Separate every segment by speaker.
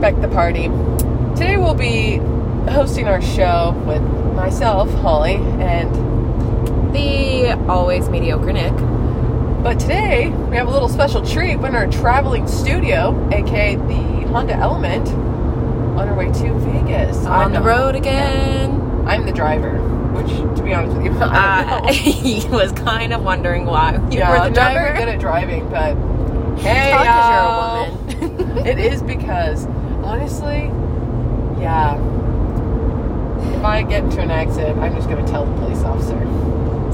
Speaker 1: Expect the Party. Today we'll be hosting our show with myself, Holly, and
Speaker 2: The always mediocre Nick.
Speaker 1: but today we have a little special treat. We're in our traveling studio, aka the Honda Element, on our way to Vegas.
Speaker 2: On
Speaker 1: I'm
Speaker 2: the road again.
Speaker 1: I'm the driver, which, to be honest with you, I don't know.
Speaker 2: I he was kind of wondering why you
Speaker 1: yeah,
Speaker 2: Ah, were the
Speaker 1: I'm not very
Speaker 2: driver.
Speaker 1: good at driving, but hey,
Speaker 2: Hey,
Speaker 1: y'all.
Speaker 2: you you're a woman.
Speaker 1: it is because honestly, yeah. If I get into an accident, I'm just gonna tell the police officer.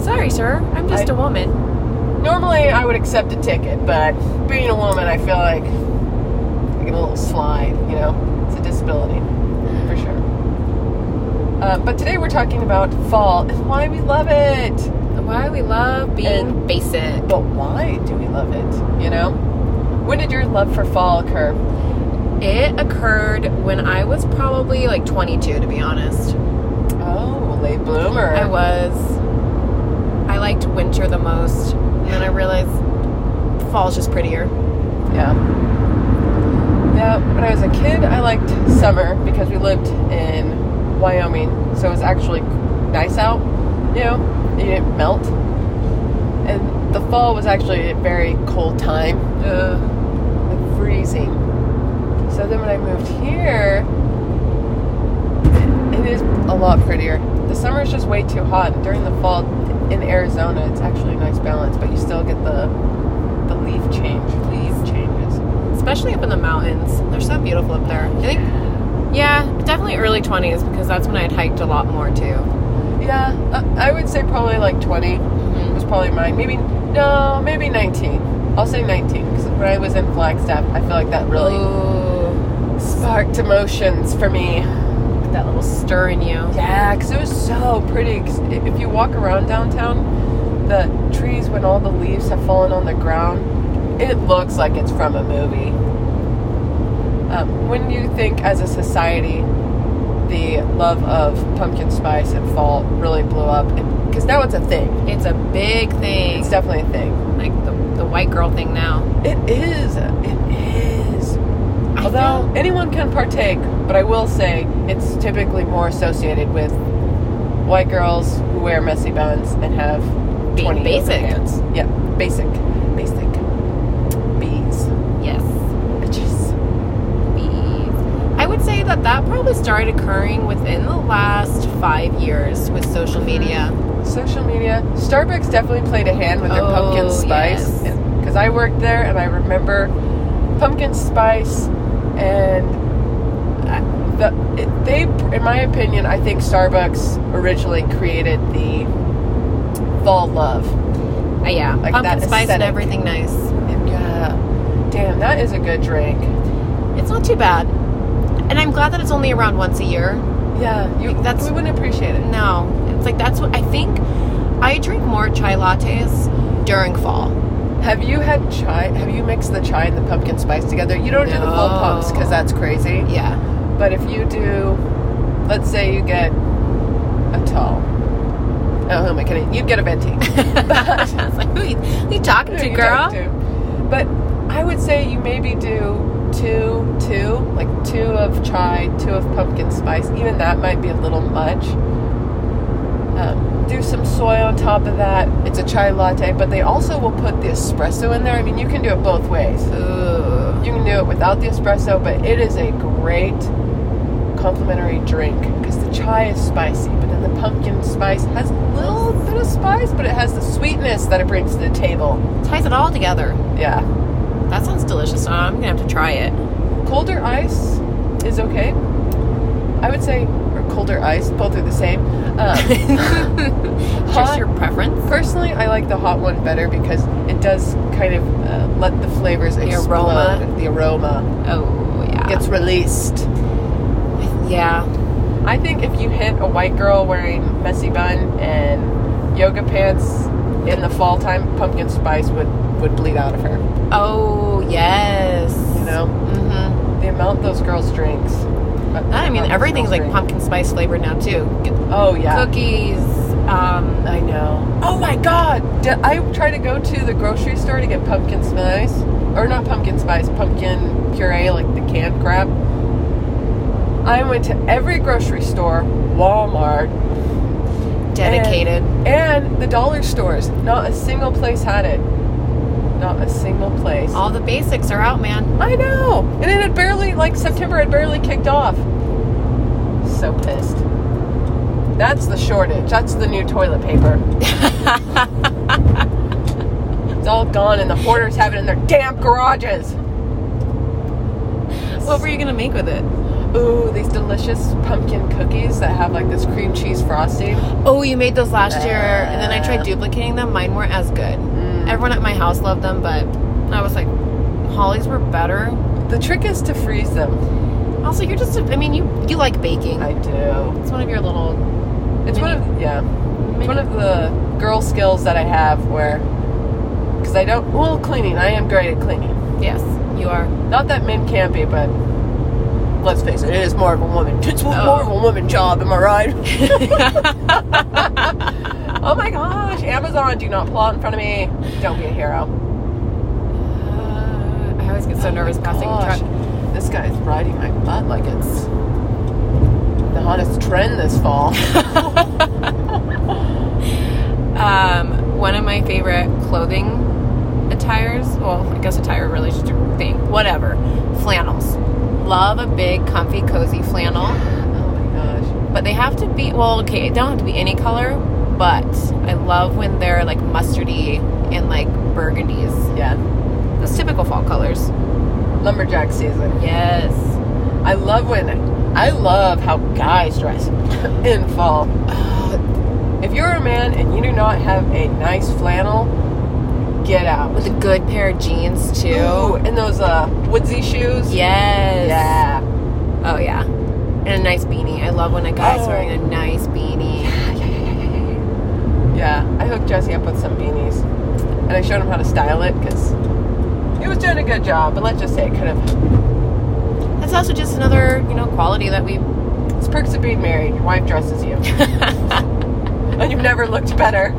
Speaker 2: Sorry, sir. I'm just
Speaker 1: I-
Speaker 2: a woman.
Speaker 1: Normally, I would accept a ticket, but being a woman, I feel like I get a little slide. You know, it's a disability for sure. Uh, but today we're talking about fall and why we love it.
Speaker 2: Why we love being
Speaker 1: And-
Speaker 2: basic.
Speaker 1: But why do we love it? You know, when did your love for fall occur?
Speaker 2: It occurred when I was probably like 22, to be honest.
Speaker 1: Oh, late bloomer.
Speaker 2: I was. I liked winter the most, and then I realized fall's just prettier.
Speaker 1: Yeah. Yeah, when I was a kid, I liked summer because we lived in Wyoming, so it was actually nice out. You know, it didn't melt. And the fall was actually a very cold time,
Speaker 2: Ugh.
Speaker 1: like freezing. So then when I moved here, it is a lot prettier. The summer is just way too hot. and During the fall in Arizona, it's actually a nice balance, but you still get the the leaf change, leaf changes.
Speaker 2: Especially up in the mountains. They're so beautiful up there. I think, yeah, definitely early 20s because that's when I'd hiked a lot more too.
Speaker 1: Yeah, uh, I I would say probably like 20 was probably mine. Maybe, no, maybe 19. I'll say 19 because when I was in Flagstaff, I feel like that really
Speaker 2: Ooh,
Speaker 1: sparked emotions for me.
Speaker 2: that little stir in you.
Speaker 1: Yeah, because it was so pretty. 'Cause i- if you walk around downtown, the trees, when all the leaves have fallen on the ground, it looks like it's from a movie. Um, when you think as a society, the love of pumpkin spice and fall really blew up, because now it's a thing.
Speaker 2: It's a big thing.
Speaker 1: It's definitely a thing.
Speaker 2: like the, the white girl thing now.
Speaker 1: It is. It is.
Speaker 2: I
Speaker 1: Although anyone can partake, but I will say it's typically more associated with white girls who wear messy buns and have
Speaker 2: Being
Speaker 1: 20
Speaker 2: basic.
Speaker 1: Hands. Yeah, basic. Basic. Bees.
Speaker 2: Yes.
Speaker 1: Bitches.
Speaker 2: Bees. I would say that that probably started occurring within the last five years with social
Speaker 1: Mm-hmm.
Speaker 2: media.
Speaker 1: Social media. Starbucks definitely played a hand with their
Speaker 2: Oh,
Speaker 1: pumpkin spice.
Speaker 2: yes.
Speaker 1: Because I worked there and I remember pumpkin spice and I- the, it, they, in my opinion, I think Starbucks originally created the fall love.
Speaker 2: Uh, yeah,
Speaker 1: Like
Speaker 2: pumpkin
Speaker 1: that
Speaker 2: spice and
Speaker 1: aesthetic.
Speaker 2: everything nice.
Speaker 1: Yeah. Damn, that is a good drink.
Speaker 2: It's not too bad, and I'm glad that it's only around once a year.
Speaker 1: Yeah, you,
Speaker 2: That's-
Speaker 1: we wouldn't appreciate it.
Speaker 2: No, it's like that's what I think. I drink more chai lattes during fall.
Speaker 1: Have you had chai? Have you mixed the chai and the pumpkin spice together? You don't do the full pumps because that's crazy.
Speaker 2: Yeah,
Speaker 1: But if you do, let's say you get a tall. Oh, who am I kidding? You'd get a venti.
Speaker 2: I was like, who you, who you talking to,
Speaker 1: You
Speaker 2: girl?
Speaker 1: don't do. But I would say you maybe do two, two, like two of chai, two of pumpkin spice. Even that might be a little much. Um, do some soy on top of that. It's a chai latte, but they also will put the espresso in there. I mean, you can do it both ways.
Speaker 2: Ooh.
Speaker 1: You can do it without the espresso, but it is a great complimentary drink because the chai is spicy, but then the pumpkin spice has a little bit of spice, but it has the sweetness that it brings to the table.
Speaker 2: ties it all together.
Speaker 1: Yeah.
Speaker 2: That sounds delicious. I'm gonna have to try it.
Speaker 1: colder ice is okay. I would say, or colder ice, both are the same. Um,
Speaker 2: Just your preference.
Speaker 1: personally, I like the hot one better because it does kind of uh, let the flavors
Speaker 2: The
Speaker 1: explode.
Speaker 2: aroma.
Speaker 1: The aroma
Speaker 2: Oh yeah.
Speaker 1: gets released.
Speaker 2: yeah.
Speaker 1: I think if you hit a white girl wearing messy bun and yoga pants in the fall time, pumpkin spice would would bleed out of her.
Speaker 2: Oh yes.
Speaker 1: You know
Speaker 2: Mm-hmm.
Speaker 1: the amount those girls drinks. uh,
Speaker 2: I mean,
Speaker 1: amount those
Speaker 2: everything's
Speaker 1: girls
Speaker 2: like
Speaker 1: drink.
Speaker 2: pumpkin spice flavored now too. Get
Speaker 1: Oh yeah.
Speaker 2: Cookies. Um,
Speaker 1: I know. Oh my god! Did I try to go to the grocery store to get pumpkin spice, or not pumpkin spice, pumpkin puree, like the canned crap, I went to every grocery store, Walmart,
Speaker 2: Dedicated.
Speaker 1: and the dollar stores. Not a single place had it. Not a single place.
Speaker 2: All the basics are out, man.
Speaker 1: I know. And it had barely, like, September had barely kicked off. So pissed. That's the shortage. That's the new toilet paper. It's all gone, and the hoarders have it in their damn garages.
Speaker 2: what were you gonna make with it?
Speaker 1: Ooh, these delicious pumpkin cookies that have like this cream cheese frosting.
Speaker 2: Oh, you made those last year, and then I tried duplicating them. Mine weren't as good.
Speaker 1: Mm.
Speaker 2: Everyone at my house loved them, but I was like, Holly's were better.
Speaker 1: The trick is to freeze them.
Speaker 2: Also, you're just, a, I mean, you you like baking.
Speaker 1: I do.
Speaker 2: It's one of your little.
Speaker 1: It's one of yeah. It's one of the girl skills that I have where because I don't well cleaning. I am great at cleaning.
Speaker 2: Yes, you are.
Speaker 1: Not that men can't be, but let's face it, it is more of a woman. It's more
Speaker 2: Oh.
Speaker 1: of a woman job. Am I right? oh my gosh, Amazon, do not pull out in front of me. Don't be a hero.
Speaker 2: Uh, I always get so nervous passing a
Speaker 1: Gosh,
Speaker 2: truck.
Speaker 1: this guy's riding my butt like it's the hottest trend this fall.
Speaker 2: Um, one of my favorite clothing attires, well, I guess attire really should thing, whatever. Flannels. Love a big, comfy, cozy flannel.
Speaker 1: oh my
Speaker 2: But they have to be, well, okay, it don't have to be any color, but I love when they're like mustardy and like burgundies.
Speaker 1: gosh. Yeah.
Speaker 2: Those typical fall colors.
Speaker 1: Lumberjack season.
Speaker 2: Yes.
Speaker 1: I love when I love how guys dress in fall. If you're a man and you do not have a nice flannel, get out.
Speaker 2: With a good pair of jeans, too.
Speaker 1: Ooh, and those uh woodsy shoes.
Speaker 2: Yes.
Speaker 1: Yeah.
Speaker 2: Oh, yeah. And a nice beanie. I love when a guy's
Speaker 1: Oh.
Speaker 2: wearing a nice beanie.
Speaker 1: Yeah. I hooked Jesse up with some beanies. And I showed him how to style it because he was doing a good job, but let's just say it could have
Speaker 2: That's also just another, you know, quality that we.
Speaker 1: It's perks of being married. Your wife dresses you, and you've never looked better.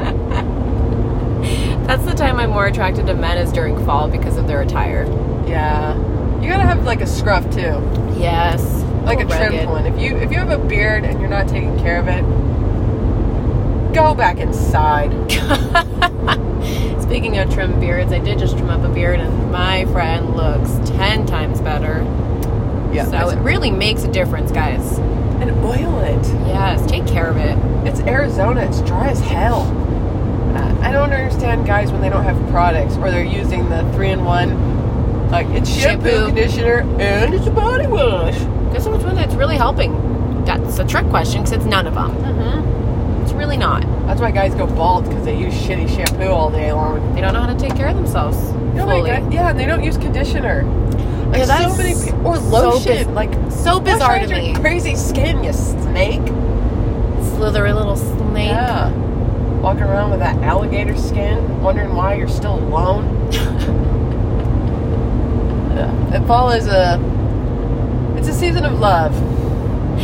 Speaker 2: That's the time I'm more attracted to men is during fall because of their attire.
Speaker 1: Yeah, you gotta have like a scruff too,
Speaker 2: Yes.
Speaker 1: like a
Speaker 2: Oh, Rugged.
Speaker 1: trimmed one. If you if you have a beard and you're not taking care of it, go back inside.
Speaker 2: Speaking of trim beards, I did just trim up a beard, and my friend looks ten times better. so it really makes a difference, guys.
Speaker 1: and oil it.
Speaker 2: Yes, take care of it.
Speaker 1: It's Arizona. It's dry as hell. I- I don't understand guys when they don't have products or they're using the three in one. Like it's shampoo,
Speaker 2: Shampoo.
Speaker 1: conditioner, and it's a body wash.
Speaker 2: Guess which one that's really helping? That's a trick question because it's none of them.
Speaker 1: Mm-hmm.
Speaker 2: It's really not.
Speaker 1: That's why guys go bald because they use shitty shampoo all day long.
Speaker 2: They don't know how to take care of themselves
Speaker 1: You know, like,
Speaker 2: fully.
Speaker 1: that- yeah, and they don't use conditioner. Like
Speaker 2: Oh Yeah,
Speaker 1: so
Speaker 2: that's
Speaker 1: many people, or
Speaker 2: so
Speaker 1: lotion.
Speaker 2: biz-
Speaker 1: like
Speaker 2: so
Speaker 1: wash
Speaker 2: bizarre
Speaker 1: out
Speaker 2: to
Speaker 1: your
Speaker 2: me.
Speaker 1: Crazy skin, you snake.
Speaker 2: Slithery little snake.
Speaker 1: Yeah. Walking around with that alligator skin, wondering why you're still alone. yeah. And fall is a, it's a season of love.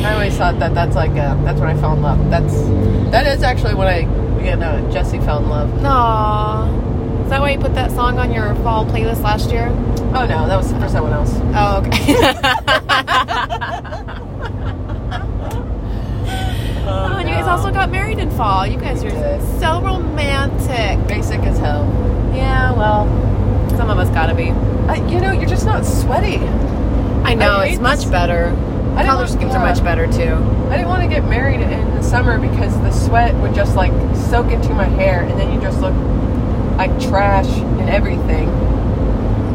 Speaker 1: I always thought that that's like a, that's when I fell in love. That's, that is actually when I, you know, Jesse fell in love.
Speaker 2: Aww. Is that why you put that song on your fall playlist last year?
Speaker 1: Oh no, that was for someone else.
Speaker 2: Oh, okay. oh, and you guys
Speaker 1: no.
Speaker 2: also got married in fall. You guys
Speaker 1: We
Speaker 2: are
Speaker 1: did.
Speaker 2: so romantic.
Speaker 1: Basic as hell.
Speaker 2: Yeah, well, some of us gotta be.
Speaker 1: I, you know, you're just not sweaty.
Speaker 2: I know,
Speaker 1: hate
Speaker 2: it's much
Speaker 1: this.
Speaker 2: better.
Speaker 1: don't
Speaker 2: Color
Speaker 1: like-
Speaker 2: schemes are
Speaker 1: yeah.
Speaker 2: much better too.
Speaker 1: I didn't want to get married in the summer because the sweat would just like soak into my hair, and then you just look like trash and everything.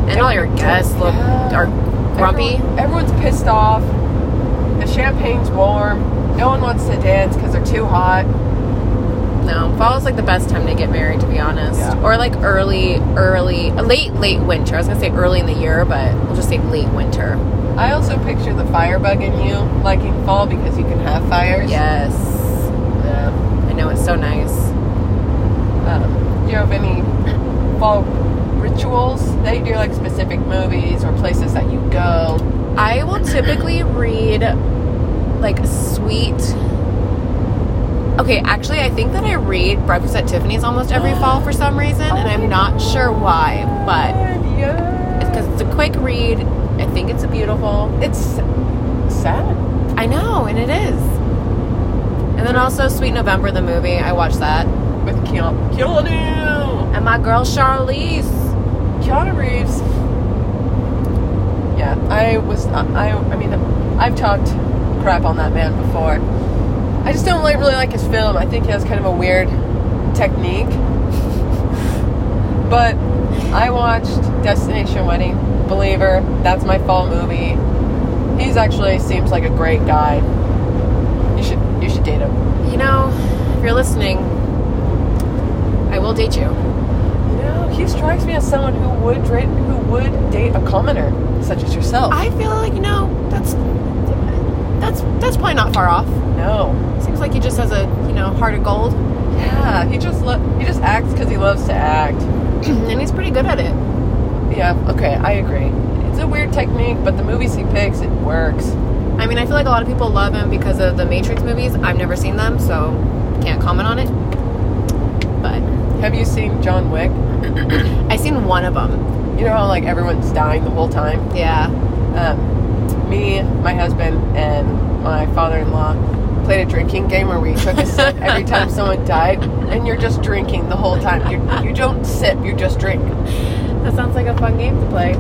Speaker 2: And all your guests look
Speaker 1: Yeah.
Speaker 2: are grumpy.
Speaker 1: Everyone- everyone's pissed off. The champagne's warm. No one wants to dance because they're too hot.
Speaker 2: No, fall is like the best time to get married, to be honest.
Speaker 1: Yeah.
Speaker 2: Or like early, early, late, late winter. I was gonna say early in the year, but we'll just say late winter.
Speaker 1: I also picture the firebug in you liking fall because you can have fires.
Speaker 2: Yes,
Speaker 1: Yeah.
Speaker 2: I know it's so nice.
Speaker 1: Um, do you have any fall rituals that you do, like specific movies or places that you go?
Speaker 2: I will typically read like sweet. Okay, actually, I think that I read Breakfast at Tiffany's almost every fall for some reason, and
Speaker 1: Oh my
Speaker 2: I'm not sure why, but
Speaker 1: And yeah.
Speaker 2: it's because it's a quick read. I think it's a beautiful.
Speaker 1: It's sad.
Speaker 2: I know, and it is. And then also Sweet November, the movie. I watched that.
Speaker 1: with Keanu. Keanu.
Speaker 2: And my girl Charlize.
Speaker 1: Keanu Reeves. Yeah, I was. I. I mean, I've talked crap on that man before. I just don't like really like his film. I think he has kind of a weird technique. but I watched Destination Wedding. Believer. That's my fall movie. He's actually seems like a great guy. You should. You should date him.
Speaker 2: You know, if you're listening, I will date you.
Speaker 1: You know, he strikes me as someone who would date who would date a commoner such as yourself.
Speaker 2: I feel like you know that's that's that's probably not far off.
Speaker 1: no.
Speaker 2: Seems like he just has a you know heart of gold,
Speaker 1: Yeah, he just lo- he just acts because he loves to act.
Speaker 2: and he's pretty good at it.
Speaker 1: Yeah. Okay, I agree. It's a weird technique, but the movies he picks, it works.
Speaker 2: I mean, I feel like a lot of people love him because of the Matrix movies. I've never seen them, so can't comment on it. But
Speaker 1: Have you seen John Wick?
Speaker 2: I seen one of them.
Speaker 1: You know how like everyone's dying the whole time.
Speaker 2: Yeah.
Speaker 1: um, me, my husband, and my father-in-law played a drinking game where we took a sip every time someone died, and you're just drinking the whole time. You, you don't sip, you just drink.
Speaker 2: That sounds like a fun game to play.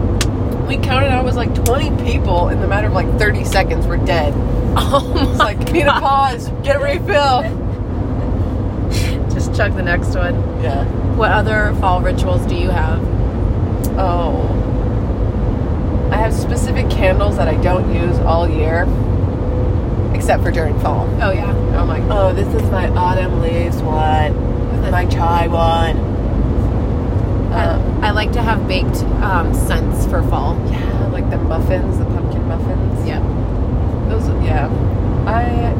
Speaker 1: We counted, I was like 20 people in the matter of like 30 seconds were dead.
Speaker 2: Oh
Speaker 1: It's
Speaker 2: my!
Speaker 1: like, need a pause, get a refill.
Speaker 2: Just chug the next one.
Speaker 1: Yeah.
Speaker 2: What other fall rituals do you have?
Speaker 1: Oh. I have specific candles that I don't use all year, except for during fall.
Speaker 2: Oh yeah.
Speaker 1: I'm like, oh, this is my autumn leaves one, my chai one. Um,
Speaker 2: I, I like to have baked um, scents for fall.
Speaker 1: yeah, like the muffins, the pumpkin muffins.
Speaker 2: Yeah.
Speaker 1: Those, yeah. I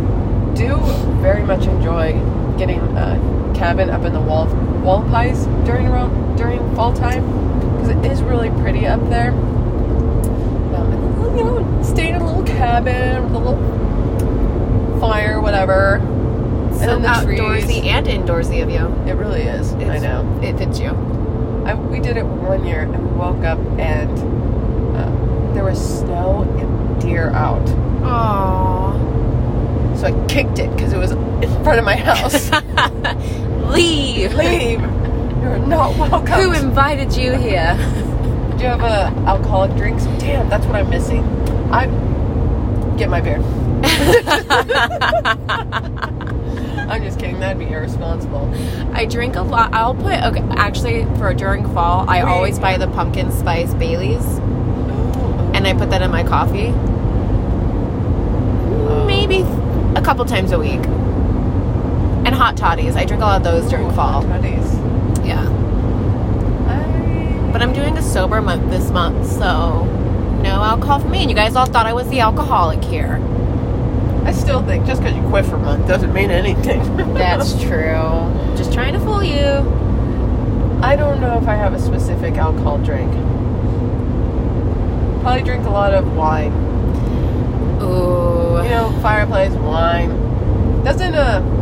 Speaker 1: do very much enjoy getting a cabin up in the wall, wall pies during around, during fall time because it is really pretty up there. Um, you know, staying in a little cabin with a little fire, whatever.
Speaker 2: So
Speaker 1: then the
Speaker 2: outdoorsy
Speaker 1: trees.
Speaker 2: and indoorsy of you.
Speaker 1: It really is. I
Speaker 2: It's-
Speaker 1: know.
Speaker 2: It fits you.
Speaker 1: I, we did it one year and we woke up and uh, there was snow and deer out.
Speaker 2: Aww.
Speaker 1: So I kicked it because it was in front of my house.
Speaker 2: Leave.
Speaker 1: Leave! You're not welcome.
Speaker 2: Who invited you here?
Speaker 1: Do you have uh, alcoholic drinks? Damn, that's what I'm missing. I get my beer. I'm just kidding. That'd be irresponsible.
Speaker 2: I drink a lot. I'll put okay. Actually, for during fall, I
Speaker 1: Wait.
Speaker 2: always buy the pumpkin spice Baileys,
Speaker 1: Ooh.
Speaker 2: and I put that in my coffee. Maybe a couple times a week. And hot toddies. I drink a lot of those during fall.
Speaker 1: Toddies.
Speaker 2: Yeah.
Speaker 1: I-
Speaker 2: But I'm doing a sober month this month, so no alcohol for me. And you guys all thought I was the alcoholic here.
Speaker 1: I still think just because you quit for a month doesn't mean anything.
Speaker 2: That's true. Just trying to fool you.
Speaker 1: I don't know if I have a specific alcohol drink. Probably drink a lot of wine.
Speaker 2: Ooh.
Speaker 1: You know, fireplace wine. Doesn't a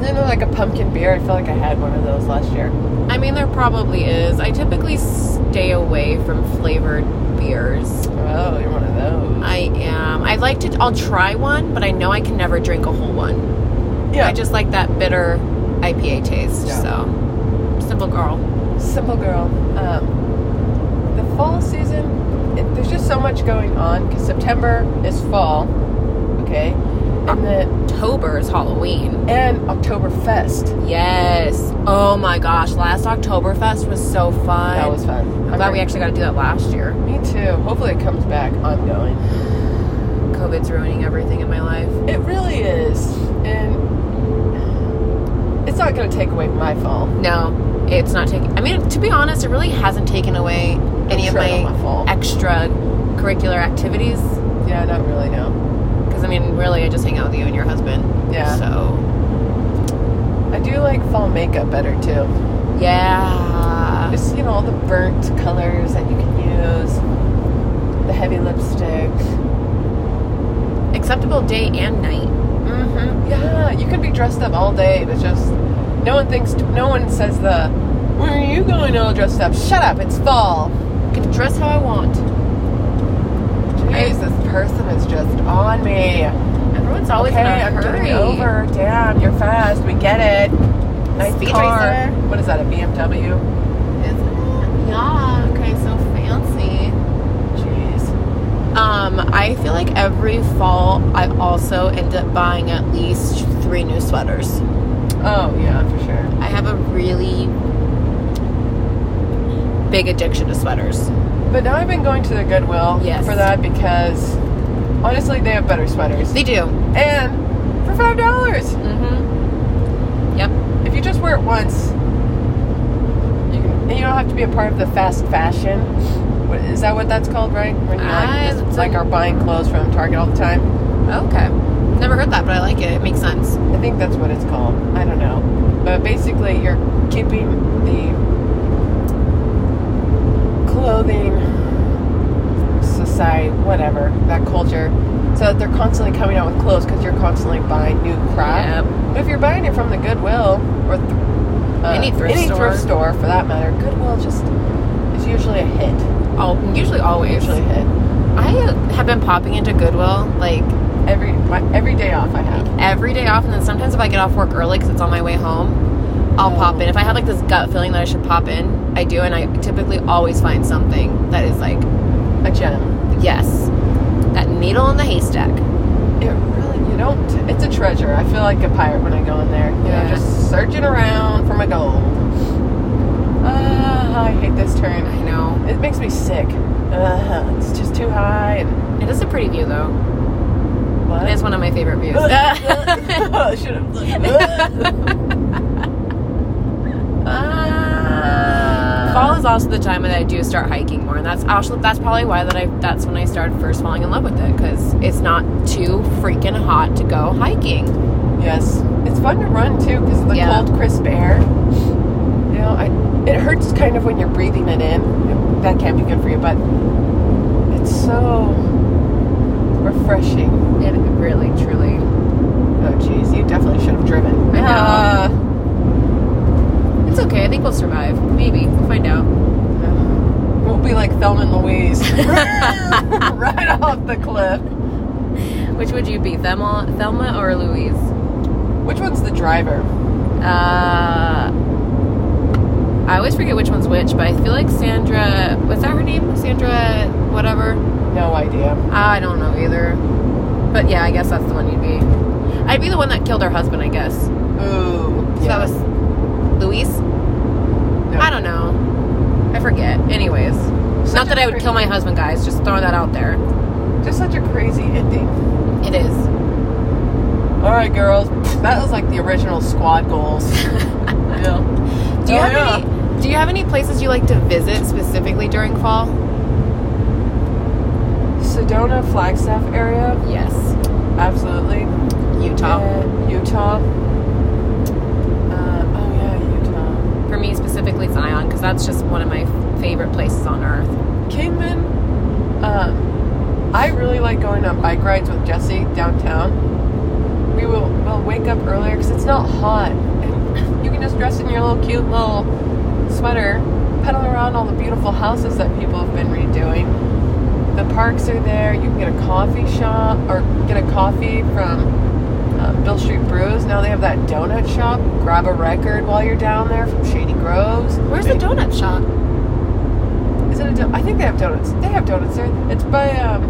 Speaker 1: doesn't a, like a pumpkin beer? I feel like I had one of those last year.
Speaker 2: I mean, there probably is. I typically stay away from flavored beers.
Speaker 1: Oh, you're one of those.
Speaker 2: I am. I like to. I'll try one, but I know I can never drink a whole one.
Speaker 1: yeah,
Speaker 2: I just like that bitter IPA taste.
Speaker 1: Yeah.
Speaker 2: So simple girl.
Speaker 1: simple girl. Um, the fall season, it, there's just so much going on because September is fall, okay, and the
Speaker 2: October's Halloween.
Speaker 1: and Oktoberfest.
Speaker 2: Yes. Oh my gosh. Last Oktoberfest was so fun.
Speaker 1: That was fun.
Speaker 2: I'm glad we actually got to do that last year.
Speaker 1: Me too. Hopefully it comes back. I'm going.
Speaker 2: COVID's ruining everything in my life.
Speaker 1: It really is. And it's not going to take away my fall.
Speaker 2: No, it's not taking. I mean, to be honest, it really hasn't taken away any of
Speaker 1: Sure, not
Speaker 2: my
Speaker 1: my fall.
Speaker 2: extra curricular activities
Speaker 1: Yeah, not really, no.
Speaker 2: because I mean really I just hang out with you and your husband
Speaker 1: Yeah.
Speaker 2: so
Speaker 1: I do like fall makeup better too.
Speaker 2: yeah
Speaker 1: Just, you know, all the burnt colors that you can use, the heavy lipstick.
Speaker 2: acceptable day and night
Speaker 1: Mm-hmm. Yeah, you can be dressed up all day. It's just, no one thinks, no one says the, where are you going all dressed up? Shut up, it's fall.
Speaker 2: I can dress how I want
Speaker 1: Jeez, this person is just just on me.
Speaker 2: Everyone's always
Speaker 1: okay,
Speaker 2: in a
Speaker 1: I'm
Speaker 2: hurry.
Speaker 1: getting over. Damn, you're fast. We get it. Nice
Speaker 2: Speed
Speaker 1: car.
Speaker 2: racer.
Speaker 1: What is that? A BMW?
Speaker 2: Isn't it? Yeah. Okay. So fancy.
Speaker 1: Jeez.
Speaker 2: Um, I feel like every fall I also end up buying at least three new sweaters.
Speaker 1: Oh yeah, for sure.
Speaker 2: I have a really big addiction to sweaters.
Speaker 1: But now I've been going to the Goodwill
Speaker 2: Yes.
Speaker 1: for that because honestly, they have better sweaters.
Speaker 2: They do.
Speaker 1: And for five dollars,
Speaker 2: Mm-hmm.
Speaker 1: if you just wear it once, you can. And you don't have to be a part of the fast fashion. What, is that what that's called, right? When you
Speaker 2: I-
Speaker 1: like,
Speaker 2: it's
Speaker 1: just,
Speaker 2: a-
Speaker 1: like are buying clothes from Target all the time.
Speaker 2: Okay. Never heard that, but I like it. It makes sense.
Speaker 1: I think that's what it's called. I don't know. But basically, you're keeping the clothing society, whatever, that culture, so that they're constantly coming out with clothes because you're constantly buying new crap.
Speaker 2: Yep.
Speaker 1: But if you're buying it from the Goodwill or th- uh,
Speaker 2: Any thrift
Speaker 1: any
Speaker 2: store.
Speaker 1: thrift store for that matter, Goodwill just is usually a hit.
Speaker 2: All usually always.
Speaker 1: Usually a hit.
Speaker 2: I have been popping into Goodwill like
Speaker 1: Every my, every day off I have.
Speaker 2: every day off, and then sometimes if I get off work early because it's on my way home, I'll pop in. If I have like this gut feeling that I should pop in, I do, and I typically always find something that is like,
Speaker 1: A gem.
Speaker 2: yes, that needle in the haystack.
Speaker 1: It really you don't. It's a treasure. I feel like a pirate when I go in there. You
Speaker 2: Yeah.
Speaker 1: know, just searching around for my gold. Ah, I hate this turn.
Speaker 2: I know
Speaker 1: It makes me sick. Ugh, it's just too high and
Speaker 2: it is a pretty view though.
Speaker 1: what?
Speaker 2: It is one of my favorite views.
Speaker 1: Should have. Uh,
Speaker 2: Fall is also the time that I do start hiking more, and that's actually that's probably why that I that's when I started first falling in love with it because it's not too freaking hot to go hiking.
Speaker 1: Yes, it's fun to run too because of the
Speaker 2: Yeah.
Speaker 1: cold, crisp air. You know, I, it hurts kind of when you're breathing it in. That can be good for you, but it's so refreshing.
Speaker 2: It really, truly.
Speaker 1: Oh, geez, you definitely should have driven.
Speaker 2: I know.
Speaker 1: Ah.
Speaker 2: It's okay. I think we'll survive. Maybe we'll find out.
Speaker 1: We'll be like Thelma and Louise, right off the cliff.
Speaker 2: Which would you be, Thelma, Thelma or Louise?
Speaker 1: Which one's the driver?
Speaker 2: Uh, I always forget which one's which, but I feel like Sandra. What's that her name? Sandra, whatever.
Speaker 1: No idea.
Speaker 2: I don't know either. But yeah, I guess that's the one you'd be. I'd be the one that killed her husband, I guess. So
Speaker 1: Ooh,
Speaker 2: that was Louise. I don't know. I forget. Anyways,
Speaker 1: Such
Speaker 2: not
Speaker 1: a
Speaker 2: that I would
Speaker 1: crazy-
Speaker 2: kill my husband, guys. Just throwing that out there.
Speaker 1: know. Just such a crazy ending.
Speaker 2: It is.
Speaker 1: All right, girls. That was like the original squad goals. yeah.
Speaker 2: Do you
Speaker 1: Oh,
Speaker 2: have
Speaker 1: yeah.
Speaker 2: any? Do you have any places you like to visit specifically during fall?
Speaker 1: Sedona, Flagstaff area,
Speaker 2: Yes,
Speaker 1: absolutely.
Speaker 2: Utah.
Speaker 1: And Utah. Uh, oh yeah,
Speaker 2: For me specifically, it's Zion because that's just one of my favorite places on earth.
Speaker 1: Utah. Kingman. Um, I really like going on bike rides with Jesse downtown. We will will wake up earlier because it's not hot. And you can just dress in your little cute little sweater, pedal around all the beautiful houses that people have been redoing. The parks are there. You can get a coffee shop or get a coffee from um, Bill Street Brews. Now they have that donut shop. Grab a record while you're down there from Shady Groves.
Speaker 2: Where's the donut shop?
Speaker 1: Is it a do- I think they have donuts. They have donuts there. It's by um,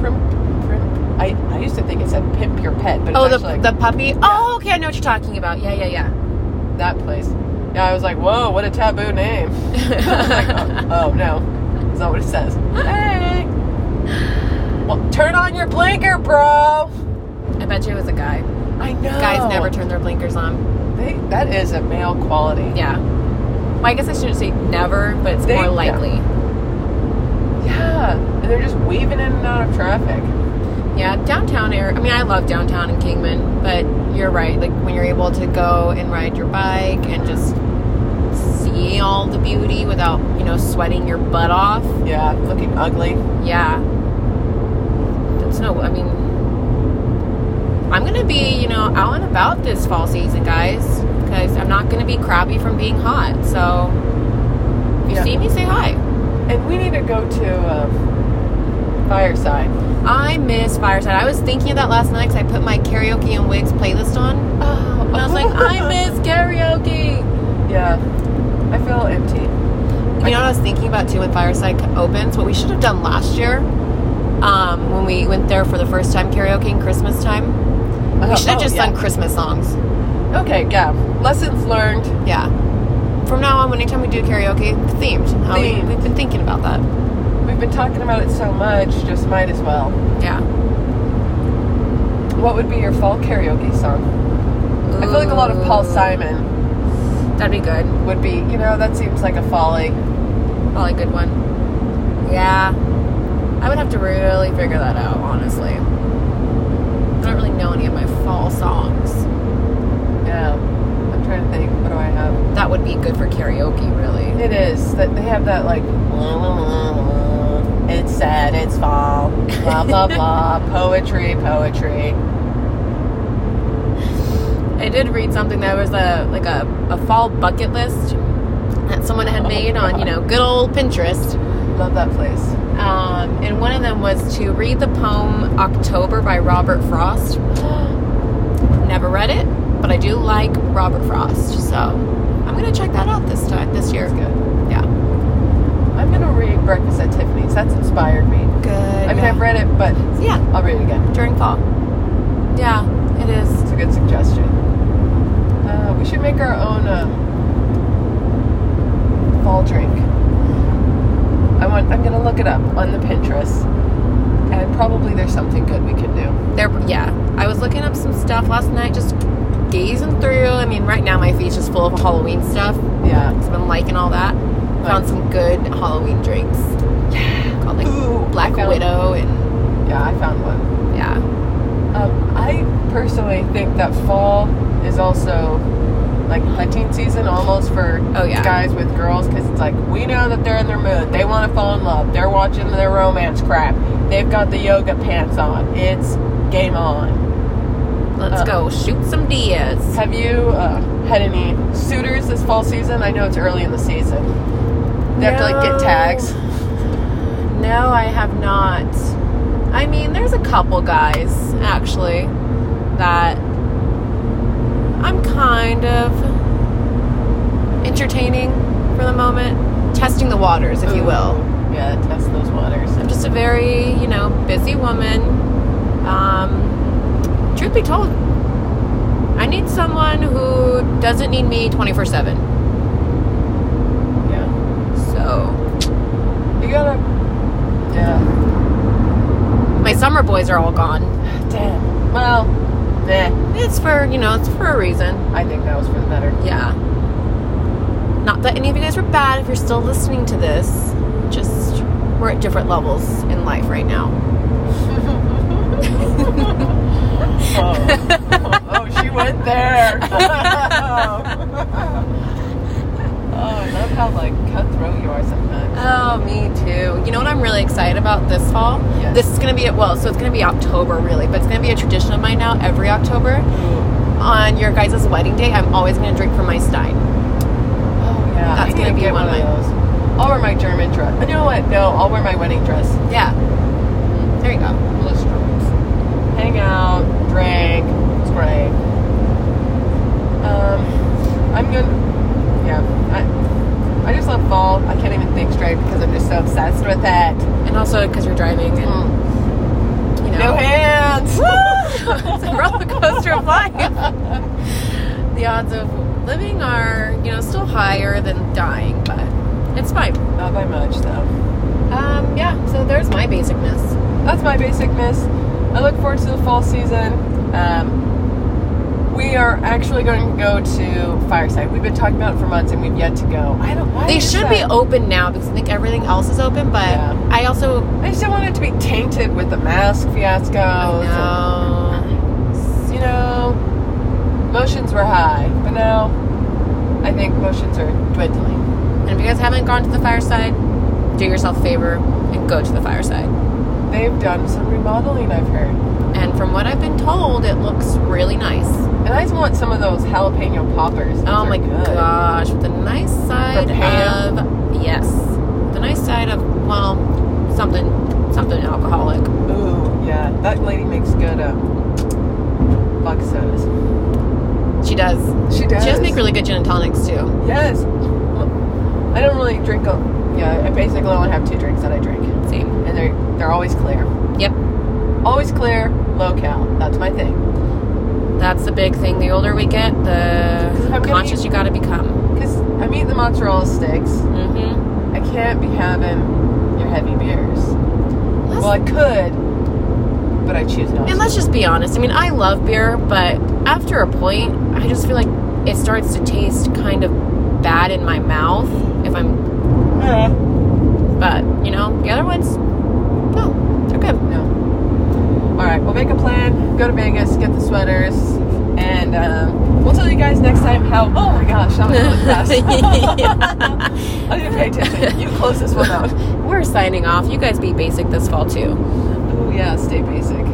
Speaker 1: Prim. Prim. I, I used to think it said pimp your pet, but it's
Speaker 2: Oh, the,
Speaker 1: actually
Speaker 2: the puppy. Oh, okay, I know what you're talking about. Yeah, yeah, yeah.
Speaker 1: that place. Yeah, I was like, whoa, what a taboo name. I was like, oh, oh, no, it's not what it says. Hey, well, turn on your blinker, bro.
Speaker 2: I bet you it was a guy.
Speaker 1: I know.
Speaker 2: Guys never turn their blinkers on.
Speaker 1: They, that is a male quality.
Speaker 2: Yeah. Well, I guess I shouldn't say never, but it's
Speaker 1: They-
Speaker 2: more likely.
Speaker 1: Yeah, and they're just weaving in and out of traffic.
Speaker 2: Yeah, downtown area. I mean, I love downtown in Kingman, but you're right. Like when you're able to go and ride your bike and just see all the beauty without, you know, sweating your butt off.
Speaker 1: Yeah, looking ugly.
Speaker 2: Yeah. That's no, I mean, I'm going to be, you know, out and about this fall season, guys, because I'm not going to be crappy from being hot. So if you
Speaker 1: Yeah.
Speaker 2: see me, say hi.
Speaker 1: And we need to go to um, Fireside.
Speaker 2: I miss Fireside. I was thinking of that last night because I put my karaoke and wigs playlist on.
Speaker 1: Oh,
Speaker 2: And I was like, I miss karaoke.
Speaker 1: Yeah, I feel empty.
Speaker 2: You know what I was thinking about too when Fireside co- opens? What we should have done last year um, when we went there for the first time karaoke and Christmas time. We should have just done Christmas songs.
Speaker 1: Uh, oh, Okay, yeah. Lessons learned.
Speaker 2: Yeah. From now on, anytime we do karaoke, themed. Uh, we,
Speaker 1: Themed.
Speaker 2: we've been thinking about that.
Speaker 1: We've been talking about it so much, just might as well.
Speaker 2: Yeah.
Speaker 1: What would be your fall karaoke song? I feel like a lot of Paul Simon
Speaker 2: That'd be good.
Speaker 1: would be, you know, that seems like a folly.
Speaker 2: Probably a good one. Yeah. I would have to really figure that out, honestly. I don't really know any of my fall songs.
Speaker 1: Yeah. I'm trying to think. What do I have?
Speaker 2: That would be good for karaoke, really.
Speaker 1: It is that they have that like. "La, la, la, la, It's sad. It's fall. Blah blah blah. poetry, poetry.
Speaker 2: I did read something that was a like a, a fall bucket list that someone had made on, you know, good old Pinterest.
Speaker 1: Love that place.
Speaker 2: Um, and one of them was to read the poem October by Robert Frost. Never read it, but I do like Robert Frost, so I'm gonna check that out this time this year.
Speaker 1: It's good.
Speaker 2: Yeah.
Speaker 1: I'm gonna read Breakfast at Tiffany's. That's inspired me.
Speaker 2: Good.
Speaker 1: I mean, I've read it, but
Speaker 2: Yeah,
Speaker 1: I'll read it again.
Speaker 2: during fall. Yeah, it is.
Speaker 1: It's a good suggestion. Uh, we should make our own um, fall drink. I want. I'm gonna look it up on the Pinterest, and probably there's something good we can do.
Speaker 2: There yeah. I was looking up some stuff last night, just gazing through. I mean, right now my feed's just full of Halloween stuff.
Speaker 1: Yeah.
Speaker 2: I've been liking all that. Found some good Halloween drinks. Yeah. Called like
Speaker 1: Ooh,
Speaker 2: Black
Speaker 1: I found-
Speaker 2: Widow and
Speaker 1: Yeah, I found one.
Speaker 2: yeah.
Speaker 1: Um, I personally think that fall is also like hunting season almost for
Speaker 2: Oh, yeah.
Speaker 1: guys with girls because it's like we know that they're in their mood. They want to fall in love. They're watching their romance crap. They've got the yoga pants on. It's game on.
Speaker 2: Let's
Speaker 1: Uh,
Speaker 2: go shoot some Diaz.
Speaker 1: Have you uh, had any suitors this fall season? I know it's early in the season. They have to like get
Speaker 2: No.
Speaker 1: tags.
Speaker 2: No, I have not. I mean, there's a couple guys actually that I'm kind of entertaining for the moment, testing the waters, if you will.
Speaker 1: Yeah, test those waters.
Speaker 2: I'm just a very, you know, busy woman. Um, truth be told, I need someone who doesn't need me 24 7.
Speaker 1: Yeah.
Speaker 2: So,
Speaker 1: You gotta. Yeah.
Speaker 2: my summer boys are all gone.
Speaker 1: Damn. Well, nah.
Speaker 2: It's for, you know, it's for a reason.
Speaker 1: I think that was for the better.
Speaker 2: Yeah. Not that any of you guys were bad if you're still listening to this. Just, we're at different levels in life right now.
Speaker 1: Oh, oh she went there. oh, I love how like cutthroat you are sometimes.
Speaker 2: Oh, me too. You know what I'm really excited about this fall?
Speaker 1: Yes.
Speaker 2: This is going to be, well, so it's going to be October really, but it's going to be a tradition of mine now every October.
Speaker 1: Ooh.
Speaker 2: On your guys' wedding day, I'm always going to drink from my Stein.
Speaker 1: Oh yeah,
Speaker 2: That's
Speaker 1: I need
Speaker 2: gonna
Speaker 1: to
Speaker 2: be
Speaker 1: get
Speaker 2: one of my-
Speaker 1: those. I'll wear my German dress. You know what? No, I'll wear my wedding dress.
Speaker 2: Yeah. Mm-hmm. There you go.
Speaker 1: Hang out, drink. It's great. Um, I'm gonna. Yeah, I, I just love fall. I can't even think straight because I'm just so obsessed with it.
Speaker 2: And also because you're driving and,
Speaker 1: Mm.
Speaker 2: you know.
Speaker 1: No hands.
Speaker 2: it's a roller coaster of life. the odds of living are, you know, still higher than dying, but it's fine.
Speaker 1: Not by much though.
Speaker 2: Um, yeah, so there's my basicness.
Speaker 1: That's my basic miss. I look forward to the fall season. Um, we are actually going to go to Fireside. We've been talking about it for months and we've yet to go. I don't. Why
Speaker 2: They
Speaker 1: is
Speaker 2: should
Speaker 1: that?
Speaker 2: be open now because I think everything else is open, but
Speaker 1: Yeah.
Speaker 2: I also
Speaker 1: I just don't want it to be tainted with the mask fiascos.
Speaker 2: Oh,
Speaker 1: and-
Speaker 2: know.
Speaker 1: you know, motions were high, but now I think motions are dwindling.
Speaker 2: And if you guys haven't gone to the fireside, do yourself a favor and go to the fireside.
Speaker 1: They've done some remodeling, I've heard.
Speaker 2: And from what I've been told, it looks really nice.
Speaker 1: And I just want some of those jalapeno poppers. Those
Speaker 2: Oh
Speaker 1: are
Speaker 2: my
Speaker 1: good.
Speaker 2: gosh, with the nice side
Speaker 1: ham?
Speaker 2: of yes, the nice side of well, something, something alcohol.
Speaker 1: That lady makes good um, buck sodas.
Speaker 2: She does.
Speaker 1: She does.
Speaker 2: She does make really good gin and tonics too.
Speaker 1: Yes. I don't really drink. A, yeah, I basically only have two drinks that I drink,
Speaker 2: Same.
Speaker 1: and they're they're always clear.
Speaker 2: Yep.
Speaker 1: Always clear, low cal. That's my thing.
Speaker 2: That's the big thing. The older we get,
Speaker 1: I'm
Speaker 2: the
Speaker 1: gonna
Speaker 2: conscious you gotta become.
Speaker 1: Cause I'm eating the mozzarella sticks.
Speaker 2: Mm-hmm.
Speaker 1: I can't be having your heavy beers. Well, I could, but I choose not.
Speaker 2: and
Speaker 1: to.
Speaker 2: let's just be honest. I mean, I love beer, but after a point, I just feel like it starts to taste kind of bad in my mouth. If I'm,
Speaker 1: Yeah.
Speaker 2: but you know, the other ones, no, they're good.
Speaker 1: No. All right, we'll make a plan. Go to Vegas, get the sweaters, and um, we'll tell you guys next time how. Oh my gosh, that was really fast. I didn't pay attention. You close this one out.
Speaker 2: We're signing off. You guys be basic this fall too.
Speaker 1: Oh yeah, stay basic.